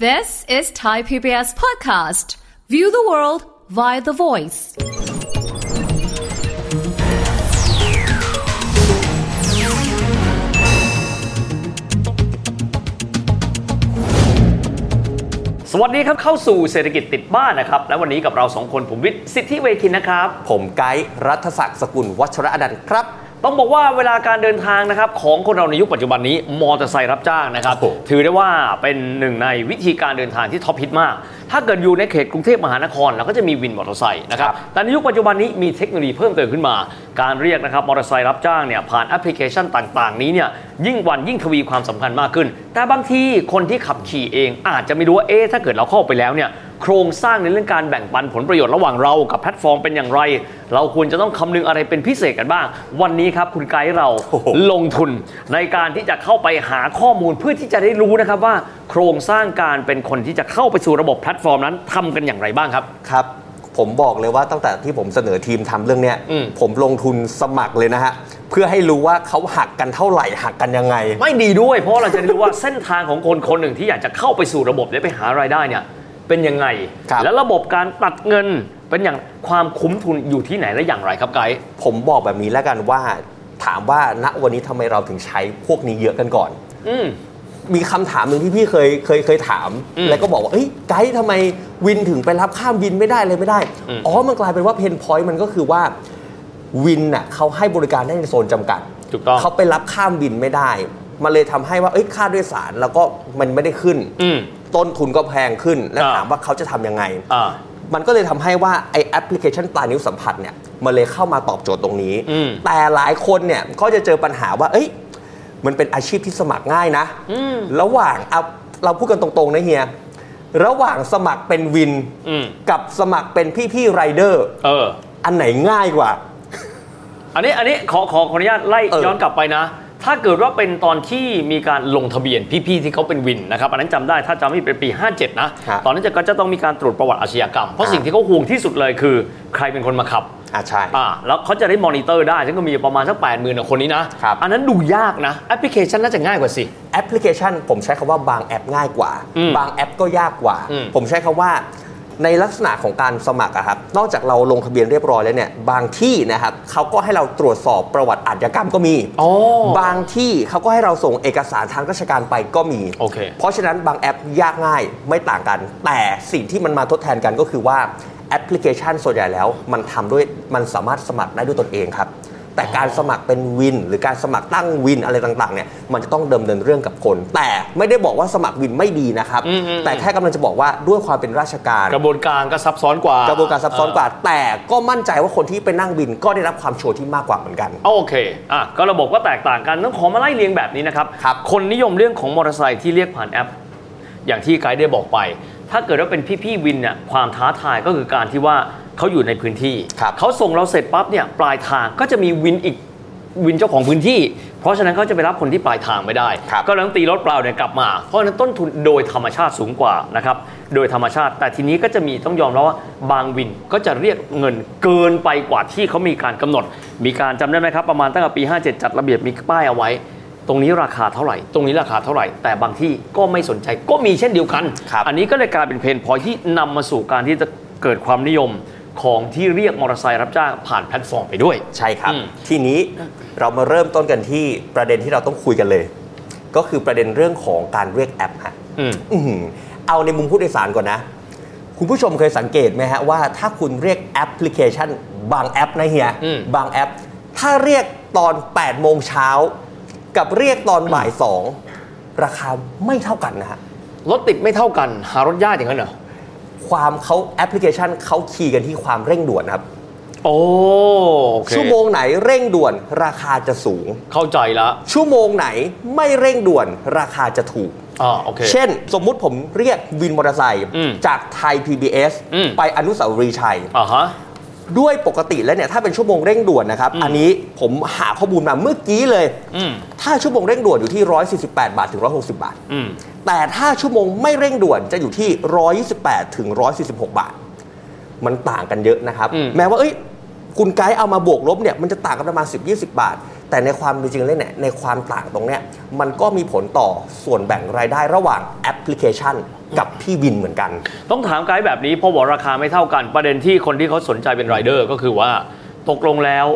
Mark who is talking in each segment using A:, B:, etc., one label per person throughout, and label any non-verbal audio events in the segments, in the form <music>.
A: This is Thai PBS Podcast. View the world via the voice.
B: สวัสดีครับเข้าสู่เศรษฐกิจติดบ้านนะครับ และวันนี้กับเราสองคนผมวิทย์สิทธิเวคินนะครับ
C: ผมไกด์รัฐศักดิ์สกุลวัชระอนันต์ครับ
B: ต้องบอกว่าเวลาการเดินทางนะครับของคนเราในยุคปัจจุบันนี้มอเตอร์ไซค์รับจ้างนะครับ
C: โอ้โห
B: ถือได้ว่าเป็นหนึ่งในวิธีการเดินทางที่ท็อปฮิตมาก ถ้าเกิดอยู่ในเขตกรุงเทพมหานคร เราก็จะมีวินมอเตอร์ไซค์นะครับ แต่ในยุคปัจจุบันนี้มีเทคโนโลยีเพิ่มเติมขึ้นมา การเรียกนะครับมอเตอร์ไซค์รับจ้างเนี่ยผ่านแอปพลิเคชันต่าง ๆ นี้เนี่ยยิ่งวันยิ่งทวีความสำคัญมากขึ้น แต่บางทีคนที่ขับขี่เองอาจจะไม่รู้ว่าเอ๊ะถ้าเกิดเราเข้าไปแล้วเนี่ย โครงสร้างในเรื่องการแบ่งปันผลประโยชน์ระหว่างเรากับแพลตฟอร์มเป็นอย่างไร เราควรจะต้องคำนึงอะไรเป็นพิเศษกันบ้าง วันนี้ครับคุณไกด์เรา
C: โอ้โห
B: ลงทุนในการที่จะเข้าไปหาข้อมูลเพื่อที่จะได้รู้นะครับว่า โครงสร้างการเป็นคนที่จะเข้าไปสู่ระบบแพลตฟอร์มนั้นทำกันอย่างไรบ้างครับ
C: ครับ ผมบอกเลยว่าตั้งแต่ที่ผมเสนอทีมทำเรื่องเนี้ย
B: อืม
C: ผมลงทุนสมัครเลยนะฮะ เพื่อให้รู้ว่าเขาหักกันเท่าไหร่หักกันยังไง
B: ไม่ดีด้วยเพราะเราจะได้รู้ว่า <laughs> เส้นทางของคนคนหนึ่งที่อยากจะเข้าไปสู่ระบบและไปหารายได้เนี่ยเป็นยังไง
C: ครับ
B: และระบบการตัดเงินเป็นอย่างความคุ้มทุนอยู่ที่ไหนและอย่างไรครับไกด์
C: ผมบอกแบบนี้แล้วกันว่า ถามว่าณวันนี้ทำไมเราถึงใช้พวกนี้เยอะกันก่อน
B: อืม
C: มีคำถามหนึ่งที่พี่เคยเคยเคยถาม
B: อืม
C: แล้วก็บอกว่าเอ้ยไกด์ทำไมวินถึงไปรับข้ามวินไม่ได้เลยไม่ได้
B: อืม
C: อ๋อมันกลายเป็นว่าเพนพอยต์มันก็คือว่าวินน่ะเขาให้บริการได้ในโซนจำกัด
B: ถูกต้อง
C: เขาไปรับข้ามบินไม่ได้ มันเลยทำให้ว่า เอ้ย ค่าโดยสารแล้วก็มันไม่ได้ขึ้น
B: อืม
C: ต้นทุนก็แพงขึ้น แล้ว
B: อ่า
C: ถามว่าเขาจะทำยังไง
B: อ่า
C: มันก็เลยทำให้ว่าไอแอปพลิเคชันปลายนิ้วสัมผัสเนี่ย มันเลยเข้ามาตอบโจทย์ตรงนี้
B: อืม
C: แต่หลายคนเนี่ยก็จะเจอปัญหาว่า เอ้ย มันเป็นอาชีพที่สมัครง่ายนะ
B: อืม
C: ระหว่างเอาเราพูดกันตรงๆนะเฮีย ระหว่างสมัครเป็นวิน
B: อืม
C: กับสมัครเป็นพี่ๆไรเดอร์
B: เออ
C: อันไหนง่ายกว่า
B: อันนี้อันนี้ขอขอขออนุญาตไล่
C: เออ
B: ย้อนกลับไปนะ ถ้าเกิดว่าเป็นตอนที่มีการลงทะเบียนพี่ๆที่เขาเป็นวินนะครับ อันนั้นจำได้ถ้าจำไม่ผิดเป็นปี 57 นะ
C: ครับ
B: ตอนนั้นจะก็จะต้องมีการตรวจประวัติอาชญากรรม เพราะ
C: อ่า
B: สิ่งที่เขาห่วงที่สุดเลยคือ ใครเป็นคนมาขับ
C: อ่ะใช่
B: อ่าแล้วเขาจะได้มอนิเตอร์ได้ซึ่งก็มีประมาณสัก8 0 0 0 0ื่นคนนี้นะ
C: ครับ
B: อันนั้นดูยากนะแอปพลิเคชันน่าจะง่ายกว่าสิ
C: แอปพลิเคชัน ผมใช้คำว่าบางแอปง่ายกว่า
B: อืม
C: บางแอปก็ยากกว่า
B: อืม
C: ผมใช้คำว่าในลักษณะของการสมัครอะครับ นอกจากเราลงทะเบียนเรียบร้อยแล้วเนี่ย บางที่นะครับเขาก็ให้เราตรวจสอบประวัติอาชญากรรมก็มี
B: อ๋อบ
C: างที่เขาก็ให้เราส่งเอกสารทางราชการไปก็มี
B: โอเค
C: ราะฉะนั้นบางแอปยากง่ายไม่ต่างกัน แต่สิ่งที่มันมาทดแทนกันก็คือว่าแอปพลิเคชันส่วนใหญ่แล้ว มันทำด้วยมันสามารถสมัครได้ด้วยตนเองครับ แต่การสมัครเป็นวิน หรือการสมัครตั้งวินอะไรต่างๆเนี่ยมันจะต้องดำเนินเรื่องกับคน แต่ไม่ได้บอกว่าสมัครวินไม่ดีนะครับ
B: อืมอืม
C: แต่แค่กำลังจะบอกว่าด้วยความเป็นราชการ
B: กระบวนการก็ซับซ้อนกว่าก ก
C: ระบวนการซับซ้อนกว่า แต่ก็มั่นใจว่าคนที่ไปนั่งบินก็ได้รับความโชว์ที่มากกว่าเหมือนกัน
B: โอเคอ่ะก็ระบบก็แตกต่างกันต้องขอมาไล่เรียงแบบนี้นะครับ
C: ครับ
B: คนนิยมเรื่องของมอเตอร์ไซค์ที่เรียกผ่านแอป อย่างที่ไกด์ได้บอกไป ถ้าเกิดว่าเป็นพี่ๆวินเนี่ยความท้าทายก็คือการที่ว่าเขาอยู่ในพื้นที่
C: ครับ
B: เขาส่งเราเสร็จปั๊บเนี่ยปลายทางก็จะมีวินอีกวินเจ้าของพื้นที่ เพราะฉะนั้นเขาจะไปรับคนที่ปลายทางไม่ได้
C: ครับ
B: ก็เลยต้องตีรถเปล่าเนี่ยกลับมา เพราะฉะนั้นต้นทุนโดยธรรมชาติสูงกว่านะครับโดยธรรมชาติ แต่ทีนี้ก็จะมีต้องยอมแล้วว่าบางวินก็จะเรียกเงินเกินไปกว่าที่เขามีการกำหนด มีการจำได้ไหมครับประมาณตั้งแต่ปี 57 จัดระเบียบมีป้ายเอาไว้ ตรงนี้ราคาเท่าไหร่ ตรงนี้ราคาเท่าไหร่ แต่บางที่ก็ไม่สนใจก็มีเช่นเดียวกัน
C: ครับ
B: อันนี้ก็เลยกลายเป็นเพนพอยที่นำมาสู่การที่จะเกิดความนิยมของที่เรียกมอเตอร์ไซค์รับจ้างผ่านแพลตฟอร์มไปด้วย
C: ใช่ครับ
B: อืม
C: ทีนี้เรามาเริ่มต้นกันที่ประเด็นที่เราต้องคุยกันเลย ก็คือประเด็นเรื่องของการเรียกแอปฮะ
B: อืม
C: อื้อหือเอาในมุมผู้โดยสารก่อนนะ คุณผู้ชมเคยสังเกตไหมฮะว่าถ้าคุณเรียกแอปพลิเคชัน บางแอปนะเฮีย
B: อืม
C: บางแอป ถ้าเรียกตอน 8 โมงเช้า กับเรียกตอนบ่าย 2 ราคาไม่เท่ากันนะฮะ
B: รถติดไม่เท่ากัน หารถยากอย่างนั้นเหรอ
C: ความเขาแอปพลิเคชันเขาคีย์กันที่ความเร่งด่วนครับ
B: โอ้โอเค
C: ชั่วโมงไหนเร่งด่วน ราคาจะสูง
B: เข้าใจละ
C: ชั่วโมงไหนไม่เร่งด่วนราคาจะถูก
B: อ่าโอเค
C: เช่น สมมุติผมเรียกวินมอเตอร์ไซค์
B: อืม
C: จากไทย PBS
B: อืม
C: ไปอนุสาวรีย์ชัย
B: อ่าฮะ
C: ด้วยปกติแล้วเนี่ยถ้าเป็นชั่วโมงเร่งด่วนนะครับ
B: อืม
C: อันนี้ผมหาข้อมูลมาเมื่อกี้เลย
B: อืม
C: ถ้าชั่วโมงเร่งด่วนอยู่ที่ 148 บาทถึง 160 บาท
B: อืม
C: แต่ถ้าชั่วโมงไม่เร่งด่วนจะอยู่ที่ 128 ถึง 146 บาท มันต่างกันเยอะนะครับ แม้ว่าเอ้ยคุณไกด์เอามาบวกลบเนี่ยมันจะต่างกันประมาณ 10-20 บาท แต่ในความเป็นจริงเลยเนี่ยในความต่างตรงเนี้ยมันก็มีผลต่อส่วนแบ่งรายได้ระหว่างแอปพ พลิเคชันกับพี่วินเหมือนกัน
B: ต้องถามไกด์แบบนี้เพราะว่าราคาไม่เท่ากัน ประเด็นที่คนที่เขาสนใจเป็นรายเดอร์ก็คือว่าตกลงแล้ว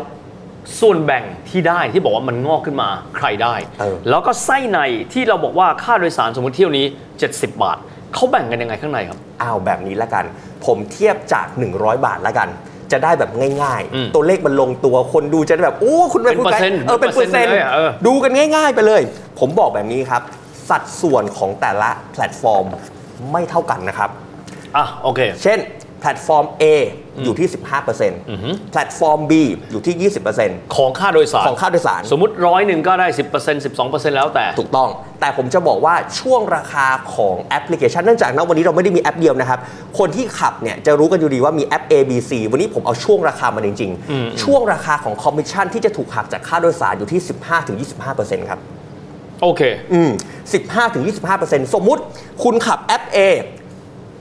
B: ส่วนแบ่งที่ได้ที่บอกว่ามันงอกขึ้นมาใครได้
C: เออ
B: แล้วก็ไส้ในที่เราบอกว่าค่าโดยสารสมมติเที่ยวนี้ 70 บาทเขาแบ่งกันยังไงข้างในครับ
C: เอาแบบนี้ละกัน ผมเทียบจาก 100 บาทละกัน จะได้แบบง่าย
B: อืม
C: ๆ ตัวเลขมันลงตัวคนดูจะได้แบบ โอ้คุณ
B: เป็นเปอร์เซ็นต์
C: เออเป็นเปอร์เซ็นต์
B: เป็นเปอร์เซ็นต์เลยอะเออ
C: ดูกันง่ายๆไปเลย ผมบอกแบบนี้ครับ สัดส่วนของแต่ละแพลตฟอร์มไม่เท่ากันนะครับ
B: อ่ะโอเค
C: เช่น แพลตฟอร์ม A อยู่ที่
B: อฮึ
C: 15%แพลตฟอร์ม B อยู่ที่ 20%
B: ของค่าโดยสาร
C: ของค่าโดยสาร
B: สมมติร้อยหนึ่งก็ได้ 10% 12%แล้วแต่
C: ถูกต้อง แต่ผมจะบอกว่าช่วงราคาของแอปพลิเคชันเนื่องจากณวันนี้เราไม่ได้มีแอปเดียวนะครับ คนที่ขับเนี่ยจะรู้กันอยู่ดีว่ามีแอป A B C วันนี้ผมเอาช่วงราคามาจริง
B: อืม
C: ๆ ช่วงราคาของคอมมิชชั่นที่จะถูกหักจากค่าโดยสารอยู่ที่ 15-25%ครับ
B: โอเค
C: อืม15-25%สมมุติคุณขับแอป A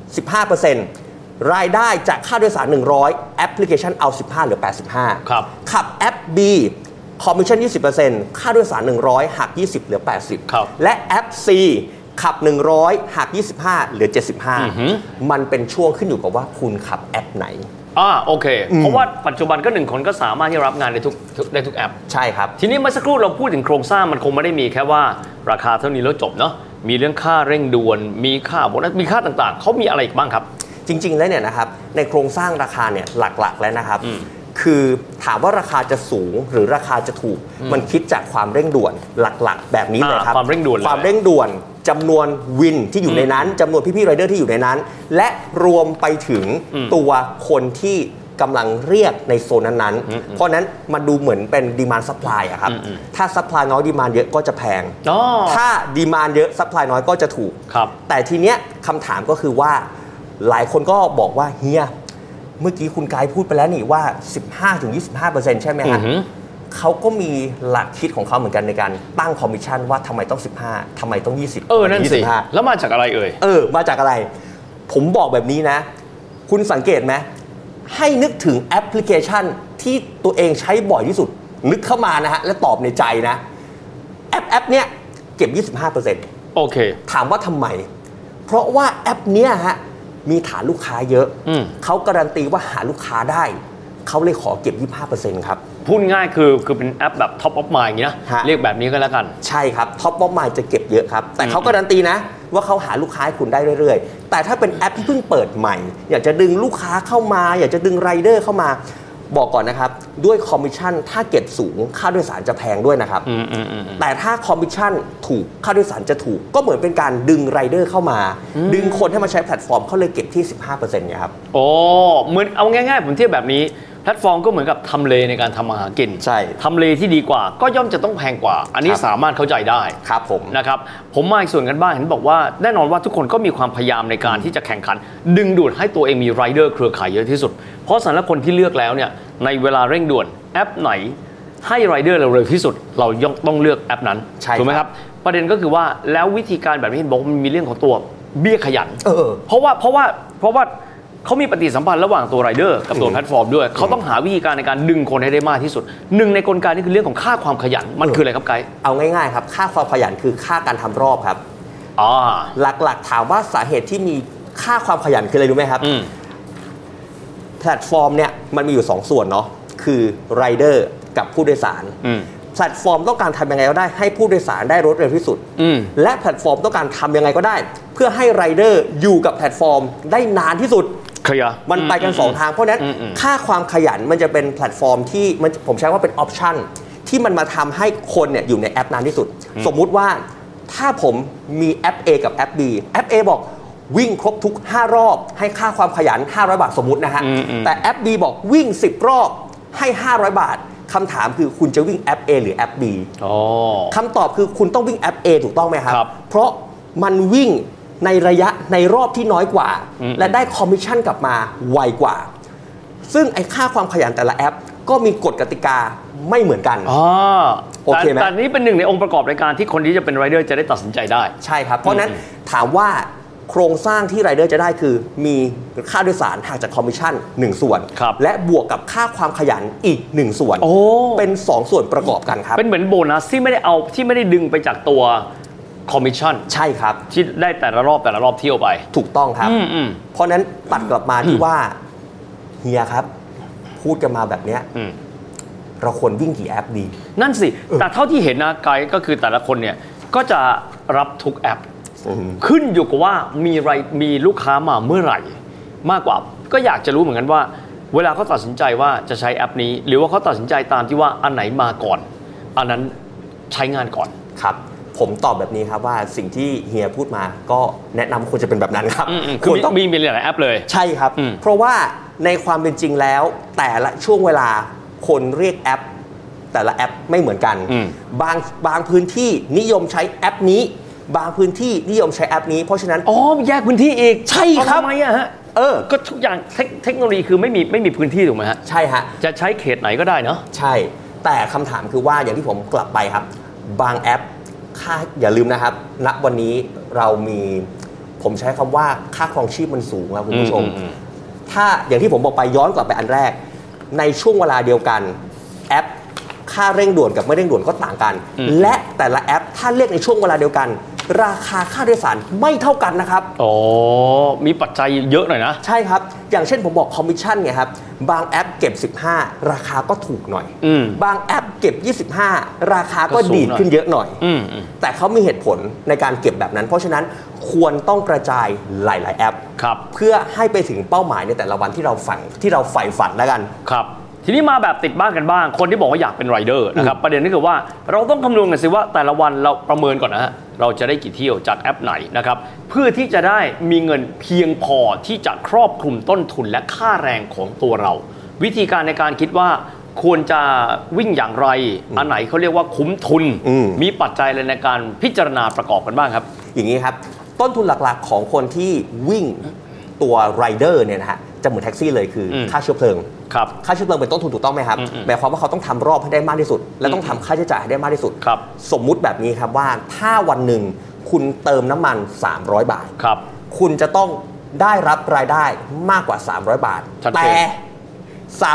C: 15%รายได้จากค่าโดยสาร 100 แอปพลิเคชันเอา 15 หรือ 85
B: ครับ
C: ขับแอป B คอมมิชชั่น 20%ค่าโดยสาร 100 หัก 20 เหลือ 80
B: ครับ
C: และแอป C ขับ 100 หัก 25 เหลือ
B: อือหือ
C: 75 มันเป็นช่วงขึ้นอยู่กับว่าคุณขับแอปไหน
B: อ่าโอเค เพราะว่าปัจจุบันก็หนึ่งคนก็สามารถที่รับงานได้ทุกทุกได้ทุกแอป
C: ใช่ครับ
B: ทีนี้เมื่อสักครู่เราพูดถึงโครงสร้างมันคงไม่ได้มีแค่ว่าราคาเท่านี้แล้วจบเนาะมีเรื่องค่าเร่งด่วน มีค่าโบนัสมีค่าต่างๆ เขามีอะไรอีกบ้างครับ
C: จริง ๆ แล้วเนี่ยนะครับในโครงสร้างราคาเนี่ยหลักๆแล้วนะครับ
B: อืม
C: คือถามว่าราคาจะสูงหรือราคาจะถูก มันคิดจากความเร่งด่วนหลักๆ แบบนี้เลย
B: อ่า
C: ครับ
B: ความเร่งด่วนเลย
C: ความเร่งด่วนจำนวนวินที่อยู่ในนั้นจำนวนพี่ๆไรเดอร์ที่อยู่ในนั้น และรวมไปถึง
B: อืม
C: ตัวคนที่กำลังเรียกในโซนนั้นๆ เพราะฉะนั้นมันดูเหมือนเป็นดีมานซัพพลายอะครับ
B: อืมอืม
C: ถ้าซัพพลายน้อยดีมานเยอะก็จะแพง
B: อ๋อ
C: ถ้าดีมานเยอะซัพพลายน้อยก็จะถูก
B: ครับ
C: แต่ทีเนี้ยคำถามก็คือว่าหลายคนก็บอกว่าเฮีย เมื่อกี้คุณกายพูดไปแล้วนี่ว่า 15-25%ใช่ไหม
B: อื
C: ฮะ
B: อหือ
C: เขาก็มีหลักคิดของเขาเหมือนกันในการตั้งคอมมิชชั่นว่าทำไมต้อง 15ทำไมต้อง 20
B: เออ นั่นสิ
C: ทำไม25
B: แล้วมาจากอะไรเอ่ย
C: เออ มาจากอะไร ผมบอกแบบนี้นะ คุณสังเกตไหม ให้นึกถึงแอปพลิเคชันที่ตัวเองใช้บ่อยที่สุด นึกเข้ามานะฮะ และตอบในใจนะ แอปแอปเนี้ยเก็บ 25%
B: โอเค
C: ถามว่าทำไม เพราะว่าแอปเนี้ยฮะ มีฐานลูกค้าเยอะ
B: อืม
C: เขาการันตีว่าหาลูกค้าได้ เขาเลยขอเก็บ 25%ครับ
B: พูดง่ายคือคือเป็นแอปแบบ Top of Mind อย่างนี้นะ
C: ฮะ
B: เรียกแบบนี้ก็แล้วกัน
C: ใช่ครับ ท็อปบอมมาจะเก็บเยอะครับ แต่เขาการันตีนะ ว่าเขาหาลูกค้าให้คุณได้เรื่อยๆ แต่ถ้าเป็นแอปที่เพิ่งเปิดใหม่ อยากจะดึงลูกค้าเข้ามา อยากจะดึงไรายเดอร์เข้ามา บอกก่อนนะครับ ด้วยคอมมิชชั่นถ้าเก็บสูง ค่าโดยสารจะแพงด้วยนะครับ
B: อืมอืมอืมอืม
C: แต่ถ้าคอมมิชชั่นถูกค่าโดยสารจะถูก ก็เหมือนเป็นการดึงไรายเดอร์เข้ามา ดึงคนให้มาใช้แพลตฟอร์มเขาเลยเก็บที่ 15%เนี่ยครับ
B: โอ้เหมือนเอาง่ายๆ ผมเทียบแบบนี้ แพลตฟอร์มก็เหมือนกับทำเลในการทำมาหากิน
C: ใช่
B: ทำเลที่ดีกว่า ก็ย่อมจะต้องแพงกว่า อันนี้สามารถเข้าใจได้
C: ครับผม
B: นะครับผมมาอีกส่วนกันบ้างเห็นบอกว่าแน่นอนว่าทุกคนก็มีความพยายามในการที่จะแข่งขัน ดึงดูดให้ตัวเองมีรายเดอร์เครือข่ายเยอะที่สุด เพราะสำหรับคนที่เลือกแล้วเนี่ยในเวลาเร่งด่วนแอปไหนให้รายเดอร์เราเร็วที่สุด เราย่อมต้องเลือกแอปนั้น
C: ใช่ครับ
B: ถูกไหมครับประเด็นก็คือว่าแล้ววิธีการแบบนี้เห็นบอกว่ามันมีเรื่องของตัวเบี้ยขยัน
C: เออ
B: เพราะว่าเพราะว่าเพราะว่าเขามีปฏิสัมพันธ์ระหว่างตัวไรเดอร์กับตัว
C: อืม
B: แพลตฟอร์มด้วย เขาต้องหาวิธีการในการดึงคนให้ได้มากที่สุดหนึ่งในกลไกนี่คือเรื่องของค่าความขยันมัน
C: เออ
B: คืออะไรครับไกด์
C: เอาง่ายๆครับ ค่าความขยันคือค่าการทำรอบครับ
B: อ่า
C: หลักๆ ถามว่าสาเหตุที่มีค่าความขยันคืออะไรรู้ไหมครับ
B: อืม
C: แพลตฟอร์มเนี่ยมันมีอยู่ 2 ส่วนเนาะคือไรายเดอร์กับผู้โดยสาร
B: อืม
C: แพลตฟอร์มต้องการทำยังไงก็ได้ให้ผู้โดยสารได้รถเร็วที่สุด
B: อืม
C: และแพลตฟอร์มต้องการทำยังไงก็ได้ เพื่อให้ไรายเดอร์อยู่กับแพลตฟอร์มได้นานที่สุด
B: เคลียร์
C: มันไปกัน 2 ทางเพราะฉะนั้น
B: อืมอืม
C: ค่าความขยันมันจะเป็นแพลตฟอร์มที่มันผมใช้ว่าเป็นออปชันที่มันมาทำให้คนเนี่ยอยู่ในแอปนานที่สุด สมมุติว่าถ้าผมมีแอป A กับแอป B แอป A บอกวิ่งครบทุก 5 รอบให้ค่าความขยัน 500 บาทสมมตินะฮะ
B: อืมอืม
C: แต่แอป B บอกวิ่ง 10 รอบให้ 500 บาทคำถามคือคุณจะวิ่งแอป A หรือแอป B
B: อ๋อ
C: คำตอบคือคุณต้องวิ่งแอป A ถูกต้องไหมครับ
B: ครับ
C: เพราะมันวิ่งในระยะในรอบที่น้อยกว่า
B: อืม
C: และได้คอมมิชชั่นกลับมาไวกว่า ซึ่งไอ้ค่าความขยันแต่ละแอป ก็มีกฎกติกาไม่เหมือนกัน
B: อ๋อ
C: โอเคไหม
B: แต่แต่นี่เป็นหนึ่งในองค์ประกอบในการที่คนที่จะเป็นไรเดอร์จะได้ตัดสินใจได้
C: ใช่ครับ เพราะฉะนั้น
B: อืม
C: ถามว่าโครงสร้างที่ไรเดอร์จะได้คือ มีค่าโดยสารหักจากคอมมิชชั่นหนึ่งส่วน และบวกกับค่าความขยันอีกหนึ่งส่วน
B: โอ้
C: เป็นสองส่วนประกอบกันครับ
B: เป็นเหมือนโบนัสที่ไม่ได้เอาที่ไม่ได้ดึงไปจากตัว คอมมิชชั่น
C: ใช่ครับ
B: ที่ได้แต่ละรอบแต่ละรอบเที่ยวไป
C: ถูกต้องครับ
B: อืมอืม
C: เพราะฉะนั้นตัดกลับมาที่
B: อืม
C: ว่าเฮียครับ พูดกันมาแบบเนี้ย
B: อืม
C: เราควรวิ่งกี่แอปดี
B: นั่นสิ แต่เท่าที่เห็นนะไกด์ก็คือแต่ละคนเนี่ย ก็จะรับทุกแอป ขึ้นอยู่กับว่ามีไรมีลูกค้ามาเมื่อไหร่ มากกว่าก็อยากจะรู้เหมือนกันว่า เวลาเขาตัดสินใจว่าจะใช้แอปนี้ หรือว่าเขาตัดสินใจตามที่ว่าอันไหนมาก่อน อันนั้นใช้งานก่อน
C: ครับ ผมตอบแบบนี้ครับว่าสิ่งที่เฮียพูดมาก็แนะนำควรจะเป็นแบบนั้นครับ
B: อืมอืมคื
C: ค
B: อ
C: วร
B: มี
C: ต้อง
B: มีมีหลายๆแอปเลย
C: ใช่ครับ
B: อืม
C: เพราะว่าในความเป็นจริงแล้ว แต่ละช่วงเวลาคนเรียกแอป แต่ละแอปไม่เหมือนกัน
B: อืม
C: บางบางพื้นที่นิยมใช้แอปนี้ บางพื้นที่นิยมใช้แอปนี้ เพราะฉะนั้น
B: ๋อแยกพื้นที่อีก
C: ใช่ครับ
B: เอาทำไมอะฮะ
C: เออ
B: ก็ทุกอย่างเทคเทคโนโลยีคือไม่มีไม่มีพื้นที่ถูกไหมฮะ
C: ใช่ฮะ
B: จะใช้เขตไหนก็ได้เนาะ
C: ใช่ แต่คำถามคือว่าอย่างที่ผมกลับไปครับ บางแอปค่าอย่าลืมนะครับ ณวันนี้เรามีผมใช้คำว่าค่าครองชีพมันสูงครับคุณผู้ชม
B: อืมอืมอื
C: ถ้าอย่างที่ผมบอกไปย้อนกลับไปอันแรก ในช่วงเวลาเดียวกันแอป ค่าเร่งด่วนกับไม่เร่งด่วนก็ต่างกัน
B: อืม
C: และแต่ละแอปถ้าเรียกในช่วงเวลาเดียวกัน ราคาค่าโดยสารไม่เท่ากันนะครับ
B: อ๋อมีปัจจัยเยอะหน่อยนะ
C: ใช่ครับ อย่างเช่นผมบอกคอมมิชชั่นไงครับ บางแอปเก็บ 15 ราคาก็ถูกหน่อย
B: อืม
C: บางแอปเก็บ 25 ราคาก็
B: ก็สูงหน่อย
C: ดีดขึ้นเยอะหน่อย
B: อืมอืม
C: แต่เขามีเหตุผลในการเก็บแบบนั้น เพราะฉะนั้นควรต้องกระจายหลาย ๆ แอป
B: ครับ
C: เพื่อให้ไปถึงเป้าหมายในแต่ละวันที่เราฝันที่เราใฝ่ฝันแล้วกัน
B: ครับ ทีนี้มาแบบติดบ้านกันบ้าง คนที่บอกว่าอยากเป็นไรายเดอร์นะครับประเด็นก็คือว่าเราต้องคำนวณกันสิว่าแต่ละวันเราประเมินก่อนนะฮะเราจะได้กี่เที่ยวจากแอปไหนนะครับเพื่อที่จะได้มีเงินเพียงพอที่จะครอบคลุมต้นทุนและค่าแรงของตัวเรา วิธีการในการคิดว่าควรจะวิ่งอย่างไร อันไหนเขาเรียกว่าคุ้มทุน
C: อืม
B: มีปัจจัยอะไรในการพิจารณาประกอบกันบ้างครับ
C: อย่างนี้ครับ ต้นทุนหลัก ๆ ของคนที่วิ่งตัวไรเดอร์เนี่ยนะฮะจะเหมือนแท็กซี่เลยคืออ
B: ม
C: ค่าเชื้อเพลิง
B: ครับ
C: ค่าเชื้อเพลิงเป็นต้นทุนถูกต้องไหมครับ
B: อืมอืม
C: หมายความว่าเขาต้องทำรอบให้ได้มากที่สุด และต้องทำค่าใช้จ่ายให้ได้มากที่สุด
B: ครับ
C: สมมุติแบบนี้ครับว่าถ้าวันหนึ่งคุณเติมน้ำมัน 300 บาท
B: ครับ
C: คุณจะต้องได้รับรายได้มากกว่า 300 บาท
B: ชัดเจน
C: แต่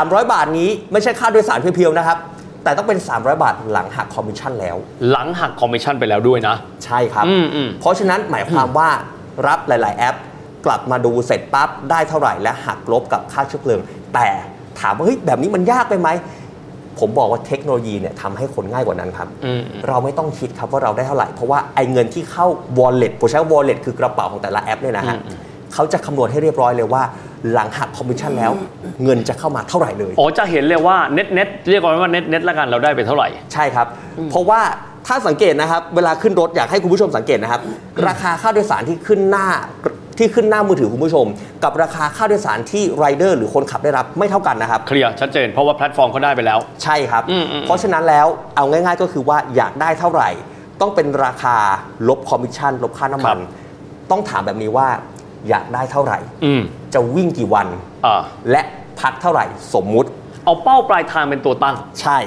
C: 300 บาทนี้ไม่ใช่ค่าโดยสารเพียวๆนะครับ แต่ต้องเป็น 300 บาทหลังหักคอมมิชชั่นแล้ว
B: หลังหักคอมมิชชั่นไปแล้วด้วยนะ
C: ใช่ครับ
B: อืมอืม
C: เพราะฉะนั้นหมายความว่ารับหลาย ๆ แอป กลับมาดูเสร็จปั๊บได้เท่าไหร่และหักลบกับค่าเชื้อเพลิง แต่ถามว่าเฮ้ยแบบนี้มันยากไปไหม ผมบอกว่าเทคโนโลยีเนี่ยทำให้คนง่ายกว่านั้นครับ
B: อืม
C: เราไม่ต้องคิดครับว่าเราได้เท่าไหร่ เพราะว่าไอ้เงินที่เข้า wallet ผมใช้ว่า wallet คือกระเป๋าของแต่ละแอปเนี่ยนะฮะเขาจะคำนวณให้เรียบร้อยเลยว่า หลังหักคอมมิชชั่นแล้ว เงินจะเข้ามาเท่าไหร่เลย
B: อ๋อจะเห็นเลยว่าเน็ตเน็ตเรียกว่าเน็ตเน็ตละกันเราได้ไปเท่าไหร่
C: ใช่ครับ เพราะว่าถ้าสังเกตนะครับ เวลาขึ้นรถอยากให้คุณผู้ชมสังเกตนะครับ ราคาค่าโดยสารที่ขึ้นหน้าที่ขึ้นหน้ามือถือคุณผู้ชม กับราคาค่าโดยสารที่ไรเดอร์หรือคนขับได้รับไม่เท่ากันนะครับ
B: เคลียร์ชัดเจน เพราะว่าแพลตฟอร์มเขาได้ไปแล้ว
C: ใช่ครับ
B: อืมอืม
C: เพราะฉะนั้นแล้วเอาง่าย ๆ ก็คือว่าอยากได้เท่าไหร่ ต้องเป็นราคาลบคอมมิชชั่นลบค่าน้ำมัน ต้องถามแบบนี้ว่าอยากได้เท่าไหร่
B: อืม
C: จะวิ่งกี่วัน
B: อ่า
C: และพักเท่าไหร่สมมุติ
B: เอาเป้าปลายทางเป็นตัวตั้ง
C: ใช่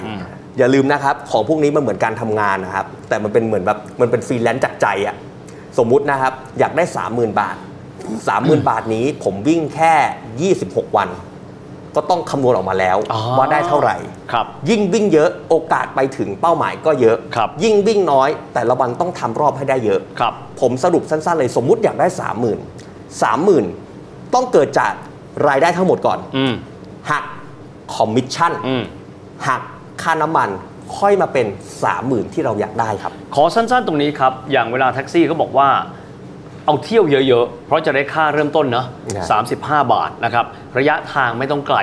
C: อย่าลืมนะครับ ของพวกนี้มันเหมือนการทำงานนะครับ แต่มันเป็นเหมือนแบบมันเป็นฟรีแลนซ์จากใจอะสมมุตินะครับ อยากได้ 30,000 บาท 30,000 บาทนี้ผมวิ่งแค่ 26 วัน ก็ต้องคำนวณออกมาแล้ว
B: อ๋อ
C: ว่าได้เท่าไหร่
B: ครับ
C: ยิ่งวิ่งเยอะโอกาสไปถึงเป้าหมายก็เยอะ
B: ครับ
C: ยิ่งวิ่งน้อย แต่ละวันต้องทำรอบให้ได้เยอะ
B: ครับ
C: ผมสรุปสั้นๆเลยสมมุติอยากได้ 30,000 30,000 ต้องเกิดจากรายได้ทั้งหมดก่อน
B: อืม
C: หักคอมมิชชั่น
B: อืม
C: หักค่าน้ำมันค่อยมาเป็น 30,000 ที่เราอยากได้ครับ
B: ขอสั้นๆตรงนี้ครับ อย่างเวลาแท็กซี่เขาบอกว่า เอาเที่ยวเยอะๆ เพราะจะได้ค่าเริ่มต้นเนอะ
C: ครับ
B: 35 บาทนะครับ ระยะทางไม่ต้องไกล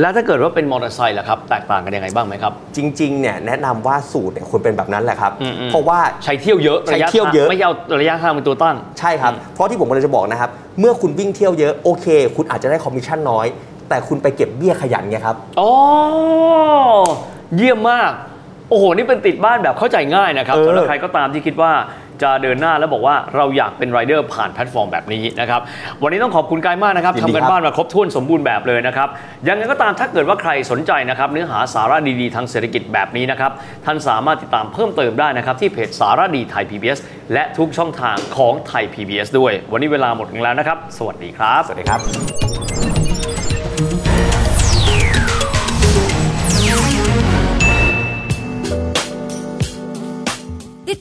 B: และถ้าเกิดว่าเป็นมอเตอร์ไซค์ล่ะครับ แตกต่างกันยังไงบ้างไหมครับ
C: จริง ๆ เนี่ยแนะนำว่าสูตรเนี่ยควรเป็นแบบนั้นแหละครับ
B: อืมๆ
C: เพราะว่า
B: ใช้เที่ยวเยอะระยะ
C: ใช้เที่ยวเยอะ
B: ทางไม่เอาระยะทางเป็นตัวตั้ง
C: ใช่ครับ เพราะที่ผมกำลังจะบอกนะครับ เมื่อคุณวิ่งเที่ยวเยอะโอเค คุณอาจจะได้คอมมิชชั่นน้อย แต่คุณไปเก็บเบี้ยขยันไงครับ
B: อ๋อเยี่ยมมาก โอ้โห นี่เป็นติดบ้านแบบเข้าใจง่ายนะครับ
C: เออ
B: สำหรับใครก็ตามที่คิดว่าจะเดินหน้าแล้วบอกว่าเราอยากเป็นไรายเดอร์ผ่านแพลตฟอร์มแบบนี้นะครับ วันนี้ต้องขอบคุณกายมากนะครับทำกันบ้านมาครบถ้วนสมบูรณ์แบบเลยนะครับ ยังไงก็ตามถ้าเกิดว่าใครสนใจนะครับ เนื้อหาสาระดีๆ ทางเศรษฐกิจแบบนี้นะครับ ท่านสามารถติดตามเพิ่มเติมได้นะครับ ที่เพจสาระดีไทย PBS และทุกช่องทางของไทย PBS ด้วย วันนี้เวลาหมดลงแล้วนะครับ สวัสดีครับ
C: สวัสดีครับ
A: ติด
D: ต